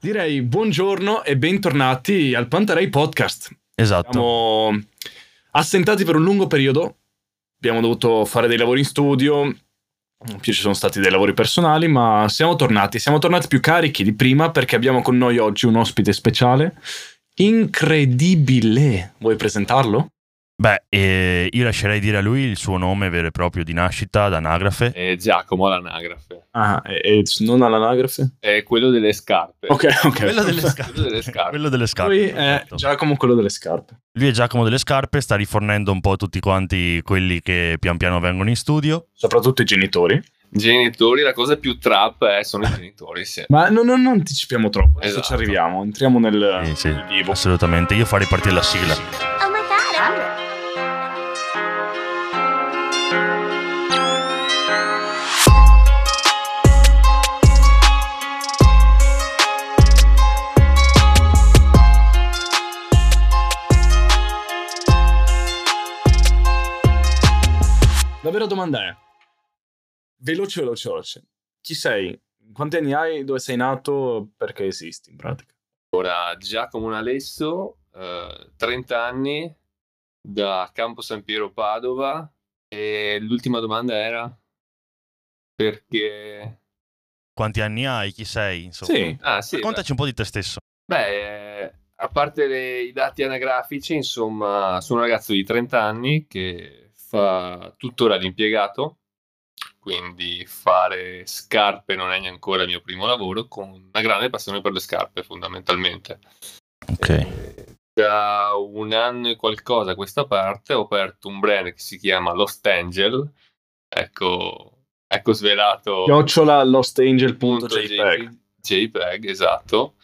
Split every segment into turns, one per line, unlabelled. Direi buongiorno e bentornati al Pantarei Podcast.
Esatto.
Siamo assentati per un lungo periodo, abbiamo dovuto fare dei lavori in studio, in più ci sono stati dei lavori personali, ma siamo tornati, siamo tornati più carichi di prima perché abbiamo con noi oggi un ospite speciale, incredibile. Vuoi presentarlo?
Beh, eh, io lascerei dire a lui il suo nome vero e proprio di nascita, d'anagrafe.
È Giacomo all'anagrafe.
Ah, e, e non all'anagrafe?
È quello delle scarpe.
Ok, ok.
Quello delle
Quello delle scarpe.
Quello delle scarpe.
Lui è
perfetto.
Giacomo quello delle scarpe.
Lui è Giacomo delle scarpe, sta rifornendo un po' tutti quanti quelli che pian piano vengono in studio.
Soprattutto i genitori.
Genitori, la cosa più trap è, sono i genitori, sì.
Ma no, no, non anticipiamo troppo, adesso
Esatto.
ci arriviamo, entriamo nel,
Eh, Sì, sì,
nel Ah, vivo.
assolutamente. Io farei partire la sigla.
Oh my god.
La vera domanda è, veloce, veloce, veloce, chi sei? Quanti anni hai? Dove sei nato? Perché esisti in pratica?
Allora, Giacomo Nalesso, eh, 30 anni, da Campo San Piero Padova. E l'ultima domanda era perché...
Quanti anni hai? Chi sei? Insomma.
Sì,
Ah, sì. beh.
Raccontaci un po' di te stesso.
Beh, eh, a parte le- i dati anagrafici, insomma, sono un ragazzo di 30 anni che fa tuttora l'impiegato, quindi fare scarpe non è neanche ancora il mio primo lavoro, con una grande passione per le scarpe fondamentalmente.
Ok.
Eh, Da un anno e qualcosa a questa parte ho aperto un brand che si chiama Lost Angel, ecco, ecco svelato
chiocciola lostangel.jpg.
jpeg. JPEG, esatto.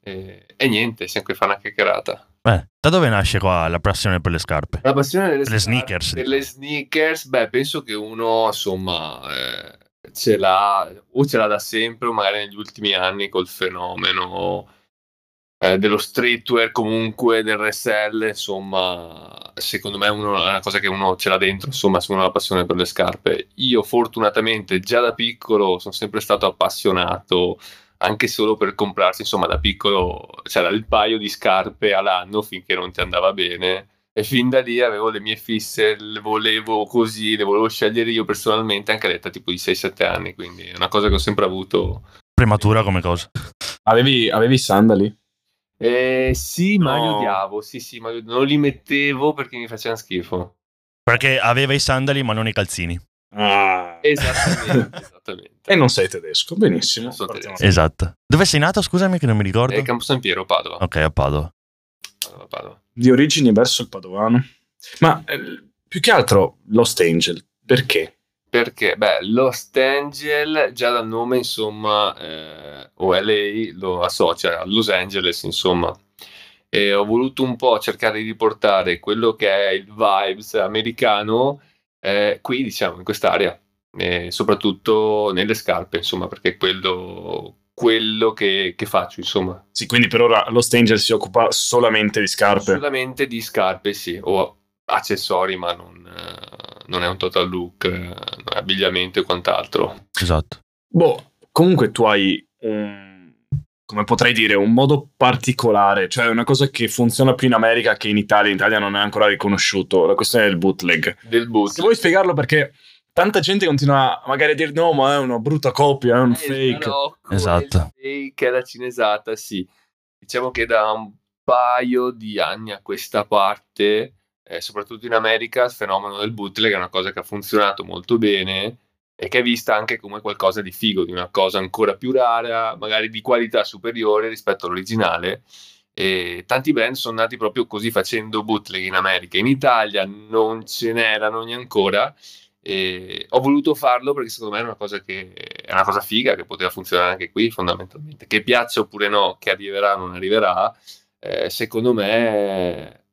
Eh, E, niente, siamo qui a fare una chiacchierata.
Beh, da dove nasce qua la passione per le scarpe?
La passione delle
Le sneakers.
delle sneakers, beh, penso che uno, insomma, eh, ce l'ha o ce l'ha da sempre o magari negli ultimi anni col fenomeno eh, dello streetwear, comunque del RSL, insomma, secondo me uno- è una cosa che uno ce l'ha dentro, insomma, se uno ha la passione per le scarpe. Io fortunatamente già da piccolo sono sempre stato appassionato anche solo per comprarsi, insomma, da piccolo c'era il paio di scarpe all'anno finché non ti andava bene. E fin da lì avevo le mie fisse, le volevo così, le volevo scegliere io personalmente, anche all'età tipo di 6-7 anni, quindi è una cosa che ho sempre avuto.
Prematura come cosa.
Avevi, avevi i sandali?
Eh, sì, ma li
No.
odiavo, sì, sì, ma li- non li mettevo perché mi facevano schifo.
Perché aveva i sandali ma non i calzini.
Ah. E,
Esattamente, esattamente.
e non sei tedesco, benissimo.
Esatto. Non sono
Partiamo.
tedesco.
Esatto. Dove sei nato? Scusami che non mi ricordo.
E Campo San Piero, Padova.
Ok, a Padova.
Padova, Padova.
Di origini verso il padovano. Ma eh, più che altro Lost Angel, perché?
Perché, beh, Lost Angel, già dal nome, insomma, eh, o LA lo associa a Los Angeles, insomma. E ho voluto un po' cercare di riportare quello che è il vibes americano eh, qui, diciamo, in quest'area, e soprattutto nelle scarpe, insomma, perché è quello, quello che, che faccio, insomma.
Sì, quindi per ora Lost Angel si occupa solamente di scarpe.
Solamente di scarpe, sì, o accessori, ma non, eh, non è un total look, eh, non è abbigliamento e quant'altro.
Esatto.
Boh, comunque tu hai un, come potrei dire, un modo particolare, cioè una cosa che funziona più in America che in Italia, in Italia non è ancora riconosciuto, la questione del bootleg.
del boot.
Se vuoi spiegarlo perché tanta gente continua magari a dire no, ma è una brutta copia, è
Eh,
un fake.
Esatto.
Il fake è la cinesata, sì. Diciamo che da un paio di anni a questa parte, eh, soprattutto in America, il fenomeno del bootleg è una cosa che ha funzionato molto bene e che è vista anche come qualcosa di figo, di una cosa ancora più rara, magari di qualità superiore rispetto all'originale. E tanti brand sono nati proprio così facendo bootleg in America. In Italia non ce n'erano neanche ancora, e ho voluto farlo perché secondo me è una cosa che è una cosa figa che poteva funzionare anche qui fondamentalmente che piaccia oppure no che arriverà o non arriverà eh, secondo me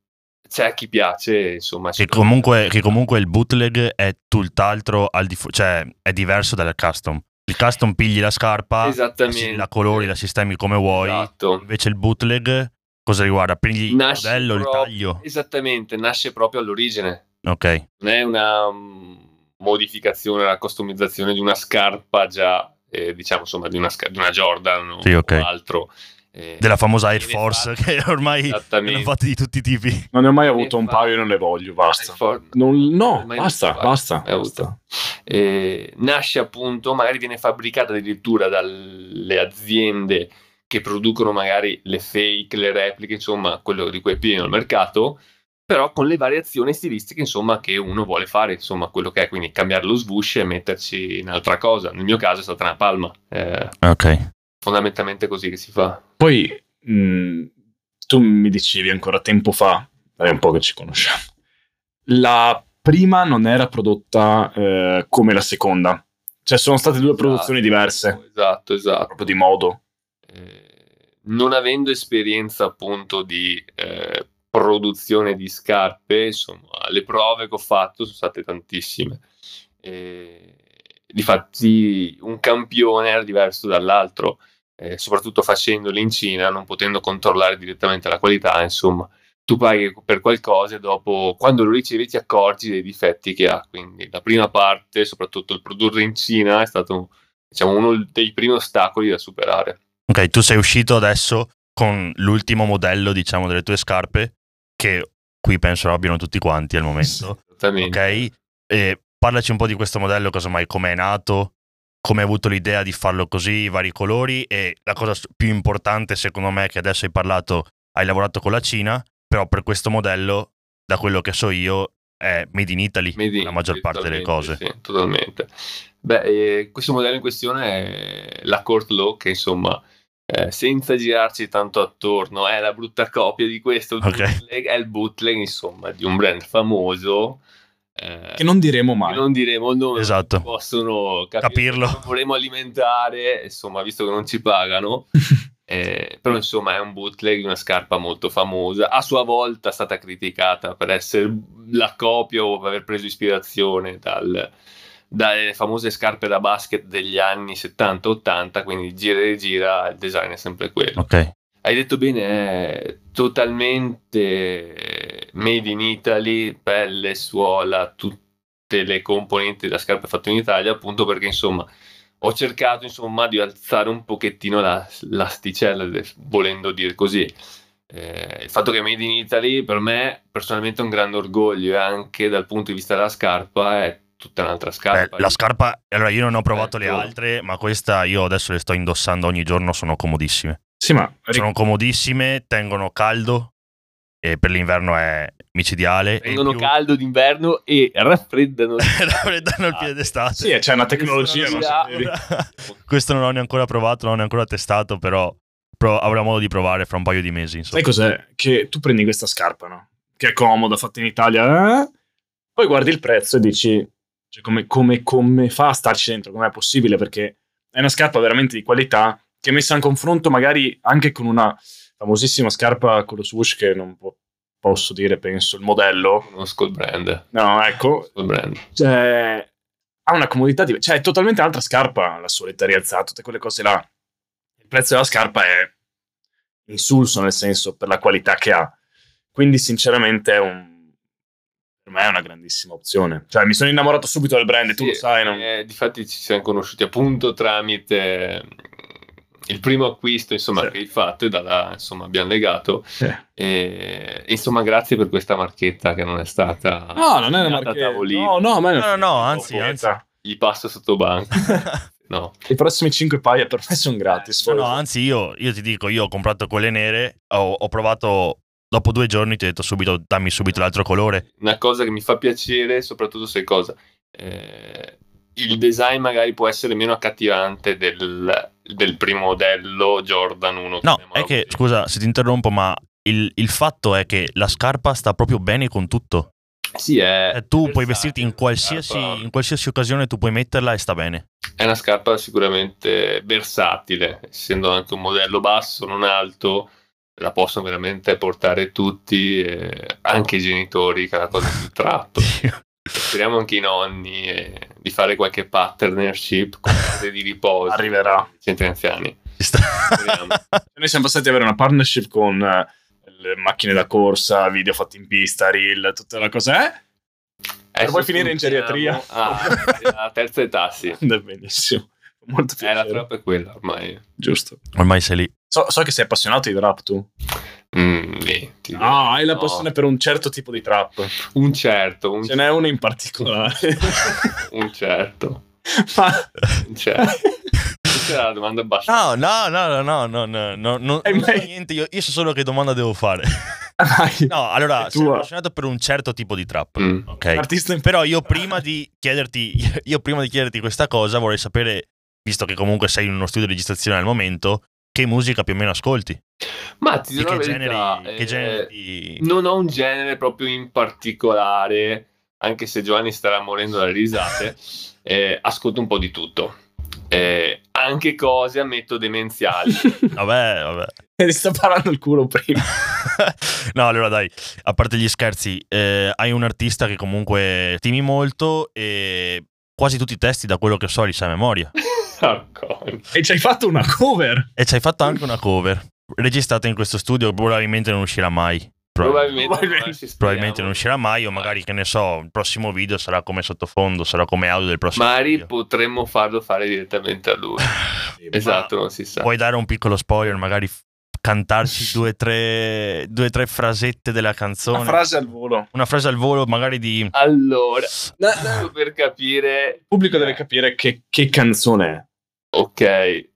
c'è chi piace insomma
Che comunque, che comunque il bootleg è tutt'altro al di fu- cioè è diverso dal custom. Il custom pigli la scarpa,
Esattamente.
la colori, la sistemi come vuoi.
Esatto.
Invece il bootleg cosa riguarda? Pigli il
Nasce
modello, il
proprio-
taglio.
esattamente nasce proprio all'origine
Ok.
non è una mm, modificazione, la customizzazione di una scarpa già, eh, diciamo insomma, di una, sca- di una Jordan o
Sì, ok.
altro. eh,
della famosa Air
viene
Force
fatta.
che ormai ne hanno
Esattamente.
fatte di tutti i tipi.
Non ne ho mai avuto un paio e non le voglio, basta.
Air Force-
Non- no,
ormai
basta,
non si fa.
basta.
Hai avuto.
basta.
Eh, nasce appunto, magari viene fabbricata addirittura dalle aziende che producono magari le fake, le repliche, insomma, quello di cui è pieno il mercato, però con le variazioni stilistiche, insomma, che uno vuole fare, insomma, quello che è, quindi cambiare lo swoosh e metterci un'altra cosa. Nel mio caso è stata una palma, eh,
Ok.
fondamentalmente così che si fa.
Poi mh, tu mi dicevi ancora tempo fa, è un po' che ci conosciamo, la prima non era prodotta eh, come la seconda. Cioè sono state due produzioni diverse,
Esatto, esatto.
proprio di modo.
Eh, non avendo esperienza appunto di eh, produzione di scarpe, insomma, le prove che ho fatto sono state tantissime. Eh, difatti, un campione era diverso dall'altro, eh, soprattutto facendoli in Cina, non potendo controllare direttamente la qualità, insomma. Tu paghi per qualcosa e dopo, quando lo ricevi, ti accorgi dei difetti che ha. Quindi la prima parte, soprattutto il produrre in Cina, è stato diciamo, uno dei primi ostacoli da superare.
Ok, tu sei uscito adesso con l'ultimo modello, diciamo, delle tue scarpe, che qui penso lo abbiano tutti quanti al momento.
Esattamente.
Ok? E parlaci un po' di questo modello, casomai, come è nato, come hai avuto l'idea di farlo così, i vari colori e la cosa s- più importante secondo me è che adesso hai parlato, hai lavorato con la Cina, però per questo modello, da quello che so io, è Made in Italy,
Made in,
la maggior parte delle
totalmente,
cose.
sì, totalmente. Beh, eh, questo modello in questione è la Court Law, che insomma, eh, senza girarci tanto attorno, è la brutta copia di questo
Ok.
bootleg, è il bootleg, insomma, di un brand famoso. eh,
Che non diremo mai.
che non diremo il nome,
Esatto.
non possono capire,
Capirlo.
non vorremmo alimentare, insomma, visto che non ci pagano. Eh, però insomma è un bootleg di una scarpa molto famosa, a sua volta è stata criticata per essere la copia o per aver preso ispirazione dal- dalle famose scarpe da basket degli anni 70-80, quindi gira e gira, il design è sempre quello.
Ok,
Hai detto bene, è totalmente made in Italy, pelle, suola, tutte le componenti della scarpa fatte in Italia, appunto perché insomma ho cercato insomma di alzare un pochettino la, l'asticella, de- volendo dire così. Eh, il fatto che è made in Italy per me personalmente è un grande orgoglio e anche dal punto di vista della scarpa è tutta un'altra
Beh,
scarpa.
Eh, la scarpa, allora io non ho provato le
Ecco.
altre, ma questa io adesso le sto indossando ogni giorno, sono comodissime.
Sì, ma ri-
sono comodissime, tengono caldo e per l'inverno è micidiale.
Tengono
e in più
caldo d'inverno e raffreddano.
raffreddano il piede d'estate.
Ah, sì, c'è una tecnologia, non
Tecnologia.
sapevi.
Questo non l'ho neanche ancora provato, non l'ho ancora testato, però pro- avrò modo di provare fra un paio di mesi. Insomma.
Sai cos'è? Che tu prendi questa scarpa, no? Che è comoda, fatta in Italia, eh? poi guardi il prezzo e dici, cioè, come, come- come fa a starci dentro? Com'è possibile? Perché è una scarpa veramente di qualità che è messa in confronto magari anche con una famosissima scarpa con lo swoosh che non po- posso dire, penso, il modello.
Conosco il brand.
No, ecco,
Conosco il brand.
cioè, ha una comodità diversa, cioè è totalmente altra scarpa, la soletta rialzata, tutte quelle cose là. Il prezzo della scarpa è insulso nel senso per la qualità che ha. Quindi sinceramente è un per me è una grandissima opzione. Cioè mi sono innamorato subito del brand, tu
Sì,
lo sai, non...
eh, difatti ci siamo conosciuti appunto tramite mm, il primo acquisto insomma,
Sì.
che hai fatto e da là insomma, abbiamo legato.
Sì.
E, insomma grazie per questa marchetta che non è stata...
No, non è una
segnata a
marchetta. No,
tavolino.
no, ma è
No, no,
una-
no, anzi, anzi.
Gli passo sotto banco. no.
I prossimi 5 paia per me sono gratis.
No, no, anzi io, io ti dico, io ho comprato quelle nere, ho, ho provato dopo due giorni, ti ho detto subito, dammi subito l'altro colore.
Eh,
Una cosa che mi fa piacere, soprattutto se cosa... eh, il design magari può essere meno accattivante del, del primo modello Jordan 1.
No,
chiamiamolo
è che,
così.
scusa se ti interrompo, ma il, il fatto è che la scarpa sta proprio bene con tutto.
Sì, è-
Eh, tu
esatto,
puoi
versatile,
vestirti in qualsiasi,
scarpa.
in qualsiasi occasione, tu puoi metterla e sta bene.
È una scarpa sicuramente versatile, essendo anche un modello basso, non alto, la possono veramente portare tutti, eh, anche i genitori, che è la cosa più tratto. Speriamo anche i nonni eh, di fare qualche partnership con case di riposo.
Arriverà.
per i Centri anziani.
Ci sta.
Speriamo.
Cioè, Noi siamo passati ad avere una partnership con eh, le macchine da corsa, video fatti in pista, reel, tutta la cosa eh? è.
Adesso
poi finire in
puntiamo
geriatria.
a- alla terza età, sì.
Andrà benissimo. Molto
Eh, la
piacere.
troppa è quella ormai.
Giusto.
Ormai sei lì.
So, so che sei appassionato di trap tu.
Mm, eh, ti dico.
Ah, hai la
No.
passione per un certo tipo di trap.
Un certo, un,
Ce n'è uno in particolare.
un certo,
Ma
un certo. Questa era la domanda abbastanza...
No, no, no, no, no, no, no, no, non,
Eh,
non so
ma-
niente, io, io so solo che domanda devo fare.
dai,
No, allora,
È
sono
tua.
appassionato per un certo tipo di trap,
Mm.
ok?
artista in
Però io prima di chiederti, io prima di chiederti questa cosa vorrei sapere, visto che comunque sei in uno studio di registrazione al momento, che musica più o meno ascolti?
Ma ti
Di
dirò
che
la
generi,
verità,
che
eh,
generi di-
non ho un genere proprio in particolare, anche se Giovanni starà morendo dalle risate, eh, ascolto un po' di tutto. Eh, anche cose, ammetto,
Ah,
demenziali.
Vabbè, vabbè.
Ti sto parando il culo prima.
no, allora dai, a parte gli scherzi, eh, hai un artista che comunque timi molto e quasi tutti i testi, da quello che so, li sai a memoria.
Porco.
E ci hai fatto una cover.
E ci hai fatto anche una cover, registrata in questo studio, probabilmente non uscirà mai. Probabilmente.
Probabilmente,
Probabilmente-
ci speriamo.
probabilmente non uscirà mai, o magari che ne so, il prossimo video sarà come sottofondo, sarà come audio del prossimo
Magari
video.
potremmo farlo fare direttamente a lui. Esatto, non si sa.
Puoi dare un piccolo spoiler, magari f- cantarci due o tre, due, tre frasette della canzone.
Una frase al volo.
Una frase al volo, magari di.
Allora, solo per capire,
Il pubblico deve capire che, che canzone è.
ok,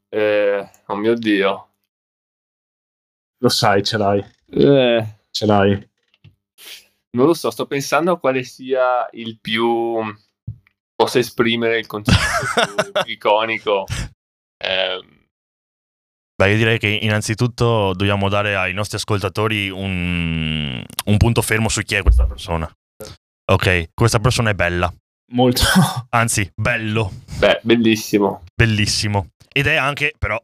eh, oh mio dio,
Lo sai, ce l'hai.
Eh,
Ce l'hai.
non lo so, sto pensando a quale sia il più possa esprimere il concetto più iconico. Ehm,
Beh, io direi che innanzitutto dobbiamo dare ai nostri ascoltatori un, un punto fermo su chi è questa persona. Ok, questa persona è bella,
Molto.
anzi, bello,
beh, bellissimo.
bellissimo. Ed è anche, però,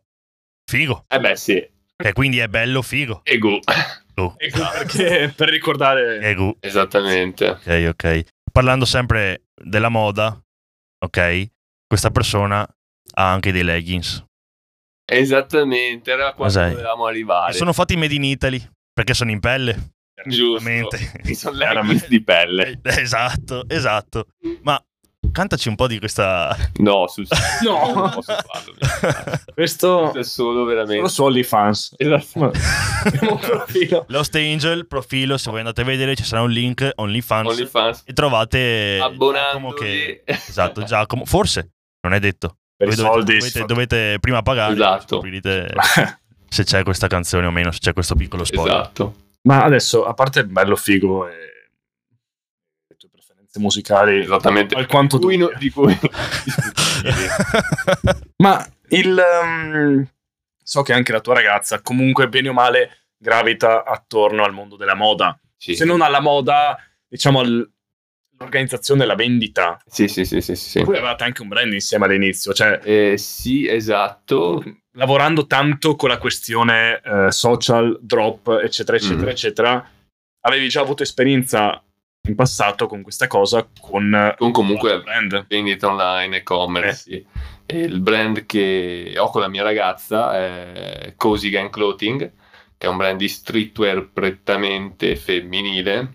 figo.
Eh beh, sì,
E quindi è bello, figo.
ego,
Oh,
Ecco perché per ricordare...
egu.
esattamente.
eh, Ok, ok. Parlando sempre della moda, ok, questa persona ha anche dei leggings.
Esattamente, era quando
Cos'è?
dovevamo arrivare.
E sono fatti made in Italy, perché sono in pelle.
Giustamente.
Veramente.
Sono
Veramente.
leggings di pelle.
Eh, Esatto, esatto. Ma cantaci un po' di questa...
No, sul serio,
No.
non posso farlo. mi dispiace.
Questo
Questo è solo veramente.
lo so, OnlyFans. Ma-
Esattamente.
Abbiamo un profilo.
Lost Angel, profilo, se voi andate a vedere ci sarà un link, OnlyFans,
OnlyFans.
e trovate Giacomo Eh,
Abbonandovi.
diciamo che... Esatto, Giacomo, forse, non è detto.
Per i
Voi dovete,
soldi.
dovete, dovete prima pagare,
Esatto.
scoprite se c'è questa canzone o meno, se c'è questo piccolo spoiler.
Esatto.
Ma adesso, a parte bello figo e le tue preferenze musicali
Esattamente.
alquanto
Di cui no-
dubbie.
di cui- Esatto.
Ma il ehm, so che anche la tua ragazza comunque bene o male gravita attorno al mondo della moda,
Sì.
se non alla moda, diciamo al- all'organizzazione e alla vendita.
Sì, sì, sì, sì, sì.
Voi avevate anche un brand insieme all'inizio, cioè
Eh, sì, esatto.
lavorando tanto con la questione eh, social, drop, eccetera, eccetera,
Mm.
eccetera, avevi già avuto esperienza in passato con questa cosa con, eh,
Con comunque-
il brand.
Vendita online, e-commerce. sì. E il brand che ho con la mia ragazza è Cozy Gang Clothing, che è un brand di streetwear prettamente femminile.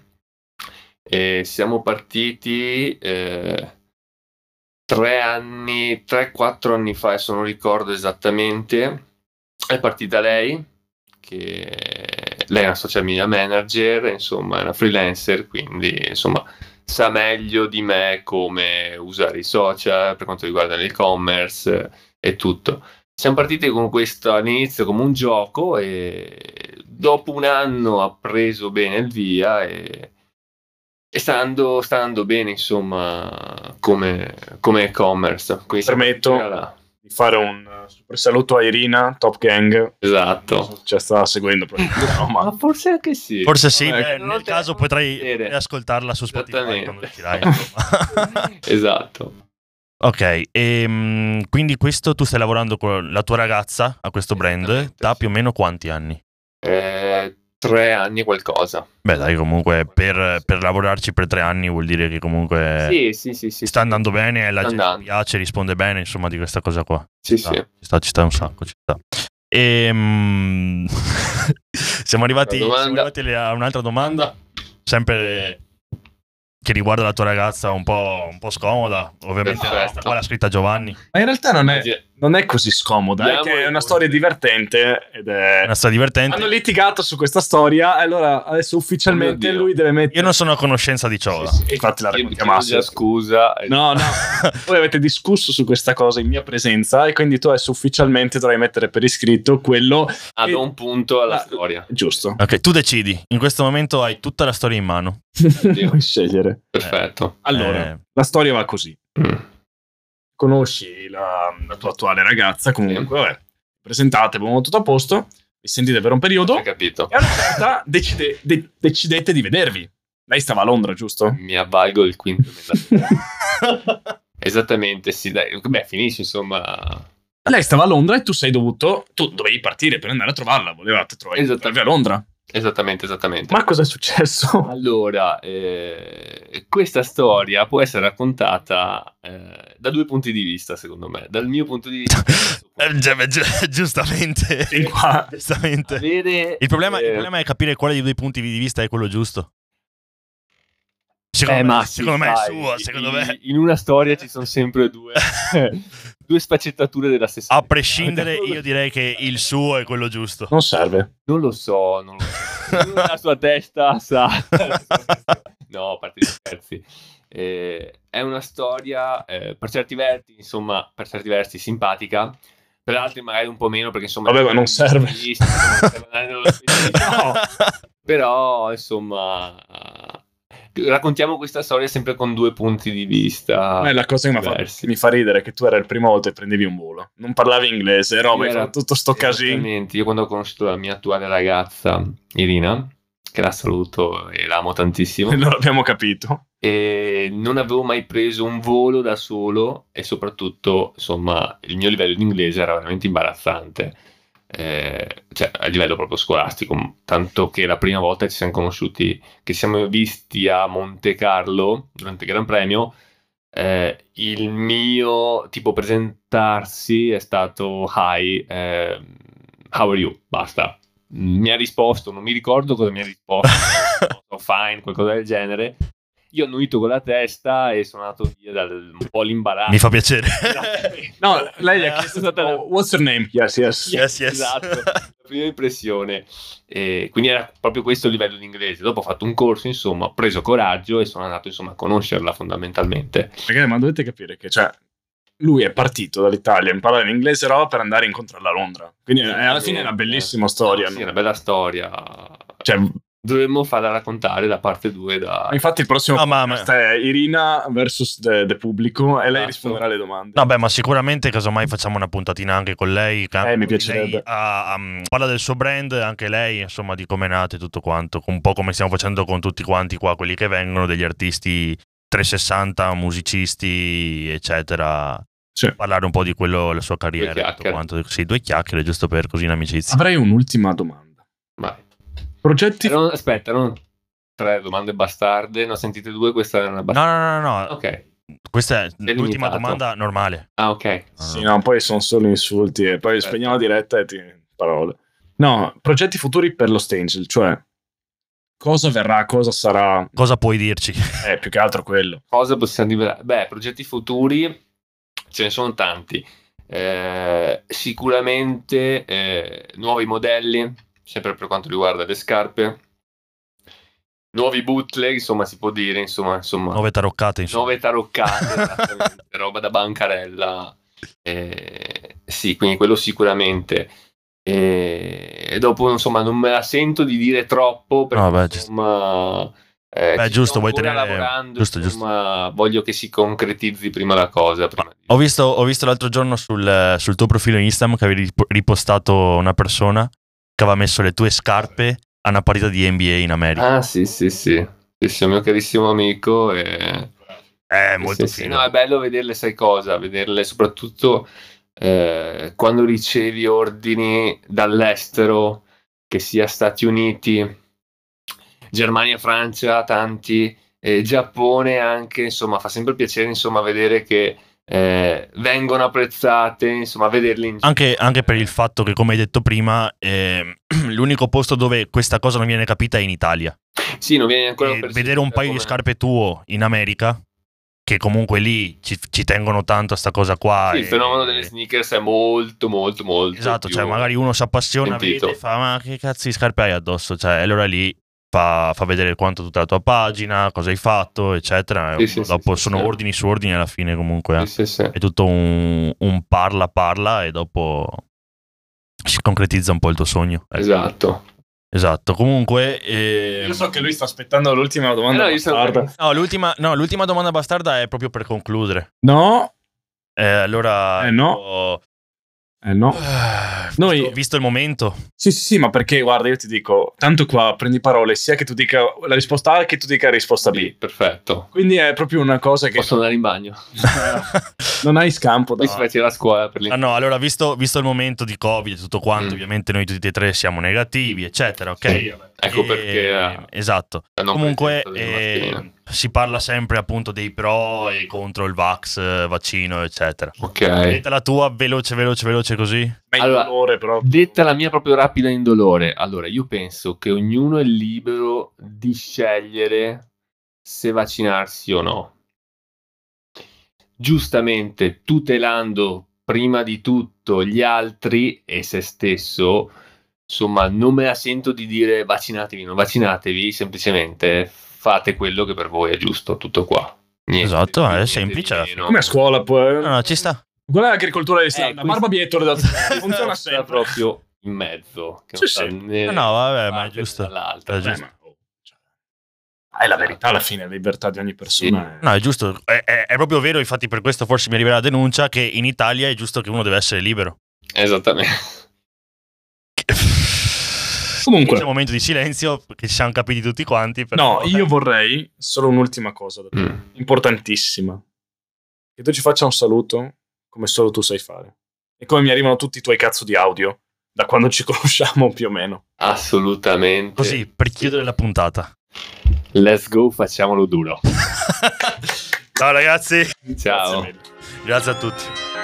E siamo partiti eh, tre anni, tre, quattro anni fa, adesso non ricordo esattamente. È partita lei, che lei è una social media manager, insomma, è una freelancer, quindi insomma sa meglio di me come usare i social per quanto riguarda l'e-commerce e tutto. Siamo partiti con questo all'inizio come un gioco e dopo un anno ha preso bene il via e, e sta, andando, sta andando bene insomma come, come e-commerce. Quindi
Permetto.
siamo là.
Di fare un eh, super saluto a Irina, Top Gang.
Esatto.
Ci sta seguendo proprio. No,
Ma
ma
forse anche sì.
Forse sì,
Vabbè,
beh,
non
nel
te-
caso potrai
vedere.
ascoltarla su Spotify
Esattamente.
quando uscirai. insomma.
Esatto.
ok, ehm, quindi questo tu stai lavorando con la tua ragazza a questo brand
Esattamente,
da
sì.
più o meno quanti anni?
Eh, tre anni e qualcosa.
Beh dai, comunque per, per lavorarci per tre anni vuol dire che comunque
Sì, sì, sì, sì.
sta andando bene, la
Sta
gente
andando.
piace, risponde bene, insomma di questa cosa qua.
Sì,
Ci sta,
sì.
Ci sta, ci sta un sacco, ci sta. Ehm, siamo arrivati,
Una
siamo
domanda.
arrivati a un'altra domanda, sempre che riguarda la tua ragazza un po', un po' scomoda, ovviamente
Perfetto. Eh.
qua l'ha scritta Giovanni.
in realtà non
Sì.
non è così scomoda, è, che è una storia divertente ed è...
Una storia divertente.
Hanno litigato su questa storia, e allora adesso ufficialmente
Oh mio Dio.
lui deve mettere...
Io non sono a conoscenza di ciò.
Sì, sì, Infatti la
Io mi
raccontiamo a
chiedo già scusa. eh,
No, no, voi avete discusso su questa cosa in mia presenza e quindi tu adesso ufficialmente dovrai mettere per iscritto quello
Ad
e-
un punto alla
Ah.
storia.
giusto.
Ok, tu decidi. In questo momento hai tutta la storia in mano.
Dio.
Puoi scegliere.
Perfetto.
Allora,
Eh,
la storia va così.
Mm.
Conosci la, la tua attuale ragazza, comunque, vabbè, presentate, abbiamo tutto a posto, vi sentite per un periodo
Hai capito?
e a una certa decide- de- decidete di vedervi. Lei stava a Londra, giusto?
Mi avvalgo il quinto emendamento. Esattamente, sì, dai. Beh, finisci insomma.
Lei stava a Londra e tu sei dovuto, tu dovevi partire per andare a trovarla, volevate trovare
Esattamente.
trovarvi a Londra.
Esattamente, esattamente.
Ma cosa è successo?
Allora, eh, questa storia può essere raccontata eh, da due punti di vista, secondo me. Dal mio punto di vista,
eh, gi- gi- giustamente.
Fin qua.
giustamente.
avere,
Eh, Il problema, il
eh,
problema è capire quale dei due punti di vista è quello giusto. Secondo
eh,
me,
ma
secondo
sì,
me è
sai,
suo, secondo
in,
me.
In una storia ci sono sempre due, due sfaccettature della stessa
A
cosa.
prescindere, io direi che il suo è quello giusto.
Non serve.
Non lo so, non lo so. Ognuno La sua testa sa. no, a parte gli scherzi. Eh, è una storia eh, per certi versi, insomma, per certi versi simpatica, per altri magari un po' meno perché insomma
Vabbè, ma non serve.
No, però insomma eh, raccontiamo questa storia sempre con due punti di vista.
Ma è la cosa che mi fa,
Ah, Diversi.
che mi fa ridere che tu era il prima volta e prendevi un volo. Non parlavi inglese, roba, hai
Era-
fatto tutto sto casino.
Esattamente. Io quando ho conosciuto la mia attuale ragazza Irina, che la saluto e la amo tantissimo,
Non l'abbiamo capito.
e non avevo mai preso un volo da solo e soprattutto, insomma, il mio livello di inglese era veramente imbarazzante, Eh, cioè a livello proprio scolastico, tanto che la prima volta ci siamo conosciuti, che ci siamo visti a Monte Carlo durante il Gran Premio, eh, il mio tipo presentarsi è stato hi, eh, how are you? Basta. Mi ha risposto, non mi ricordo cosa mi ha risposto, "Oh, fine, qualcosa del genere. Io ho annuito con la testa e sono andato via dal un po' l'imbarazzo.
Mi fa piacere.
No, lei gli ha
Eh,
chiesto
stata la-
"Oh, What's your name? Yes, yes.
Yes, yes.
Esatto, la prima impressione. E quindi era proprio questo il livello di inglese. Dopo ho fatto un corso, insomma, ho preso coraggio e sono andato insomma a conoscerla fondamentalmente.
Ragazzi, ma dovete capire che, cioè, lui è partito dall'Italia, imparare l'inglese, roba, per andare a incontrarla a Londra. Quindi eh, alla fine è una bellissima storia.
Eh, Sì,
no?
è una bella storia.
Cioè,
Dovremmo farla raccontare la parte 2 da...
infatti il prossimo
No, Ah, ma- ma-
podcast è Irina versus the, the Pubblico e lei
Esatto.
risponderà alle domande.
No, beh, ma sicuramente casomai facciamo una puntatina anche con lei. che
Eh, mi
lei
piacerebbe.
ha, um, parla del suo brand, anche lei, insomma, di come è nato e tutto quanto. Un po' come stiamo facendo con tutti quanti qua, quelli che vengono, degli artisti 360, musicisti, eccetera.
Sì.
Parlare un po' di quello, la sua carriera. e tutto
chiacchiere.
quanto. Sì, due chiacchiere, giusto per così in amicizia.
Avrei un'ultima domanda.
Vai.
Progetti
Erano- aspetta, erano tre domande bastarde. Ne ho sentite due, questa era una bastarda.
No, no, no, no, no.
Ok.
Questa è
Delimitato.
l'ultima domanda normale.
Ah, ok.
Sì, no, poi sono solo insulti e poi
Certo.
spegniamo la diretta e ti... parole. No, progetti futuri per lo Stangel, cioè cosa verrà, cosa sarà,
Cosa puoi dirci?
è più che altro quello.
Cosa possiamo dire? Beh, progetti futuri ce ne sono tanti. Eh, sicuramente eh, nuovi modelli, sempre per quanto riguarda le scarpe. Nuovi bootleg, insomma, si può dire, insomma, insomma
Nuove taroccate, insomma.
nuove taroccate, esattamente, roba da bancarella. Eh, sì, quindi quello sicuramente. Eh, E dopo, insomma, non me la sento di dire troppo perché,
No, beh, giusto.
insomma, eh,
Beh,
ci
giusto,
sto
vuoi
ancora
tenere-
lavorando,
giusto,
insomma, voglio che si concretizzi prima la cosa. prima di-
Ho visto, ho visto l'altro giorno sul, sul tuo profilo Instagram che avevi rip- ripostato una persona che aveva messo le tue scarpe a una partita di NBA in America.
Ah, sì, sì, sì. Sì, sì, un mio carissimo amico. eh, E...
È
Ah, Sì,
molto
sì, sì.
figo.
No, è bello vederle, sai cosa? Vederle soprattutto eh, quando ricevi ordini dall'estero, che sia Stati Uniti, Germania, Francia, tanti, eh, Giappone anche, insomma, fa sempre piacere, insomma, vedere che eh, vengono apprezzate, insomma, vederle in
Anche, anche per il fatto che, come hai detto prima, ehm, l'unico posto dove questa cosa non viene capita è in Italia.
Sì, non viene ancora
E
percepita
vedere un paio di
come-
scarpe tuo in America che comunque lì ci, ci tengono tanto a sta cosa qua.
Sì, il
e-
fenomeno delle sneakers è molto, molto, molto.
eh. Esatto,
più-
cioè magari uno si appassiona,
sentito.
vede e fa ma che cazzo di scarpe hai addosso? Cioè, e allora lì fa, fa vedere quanto tutta la tua pagina, cosa hai fatto, eccetera.
Sì, sì,
dopo
sì, sì,
sono
sì.
ordini su ordini alla fine comunque. eh.
Sì, sì, sì.
È tutto un, un parla parla e dopo si concretizza un po' il tuo sogno. Ecco.
Esatto.
Esatto. Comunque... ehm,
Io so che lui sta aspettando l'ultima domanda.
Eh no, io sono-
bastarda.
No, l'ultima, no, l'ultima domanda bastarda è proprio per concludere.
No,
Eh, allora...
Eh, no.
io-
eh no. Noi-
visto, visto il momento,
Sì, sì, sì, ma perché guarda, io ti dico, tanto qua prendi parole sia che tu dica la risposta A che tu dica la risposta
Sì,
B.
perfetto.
Quindi è proprio una cosa che
Posso andare in bagno.
Eh. non hai scampo da
Poi si faceva la scuola per lì.
Ah no, allora visto, visto il momento di Covid e tutto quanto,
Mm.
ovviamente noi tutti e tre siamo negativi, eccetera, ok?
Sì, vabbè. Ecco
E-
perché... eh,
Esatto.
la non
Comunque
presenza della
eh,
mascherina.
si parla sempre appunto dei pro e contro il vax, eh, vaccino, eccetera.
Ok.
Detta la tua veloce, veloce, veloce così?
meglio
allora,
dolore, però.
Detta la mia proprio rapida e indolore, allora io penso che ognuno è libero di scegliere se vaccinarsi o no. Giustamente tutelando prima di tutto gli altri e se stesso, insomma, non me la sento di dire vaccinatevi, non vaccinatevi, semplicemente fate quello che per voi è giusto, tutto qua. Niente
Esatto,
più,
è
niente
semplice
di
alla
meno.
Come a scuola poi. eh.
No, no, ci sta.
Qual è l'agricoltura di
Eh,
strada?
qui-
Barbabietole da funziona
Sta
sempre.
proprio in mezzo, che
Sì,
non
sì.
sta né-
No, no, vabbè, ma è
parte
giusto.
dall'altra.
È
Eh,
giusto.
ma- oh, cioè, È la verità alla fine, la libertà di ogni persona. è-
No, è giusto, è, è- è proprio vero, infatti per questo forse mi arriverà la denuncia che in Italia è giusto che uno deve essere libero.
Esattamente.
Comunque.
C'è un momento di silenzio perché ci siamo capiti tutti quanti. però-
No, io vorrei solo un'ultima cosa, da-
Mm.
importantissima. Che tu ci faccia un saluto come solo tu sai fare. E come mi arrivano tutti i tuoi cazzo di audio, da quando ci conosciamo più o meno.
Assolutamente.
Così, per chiudere la puntata.
Let's go, facciamolo duro.
Ciao ragazzi,
Grazie
Ciao.
mille.
grazie a tutti.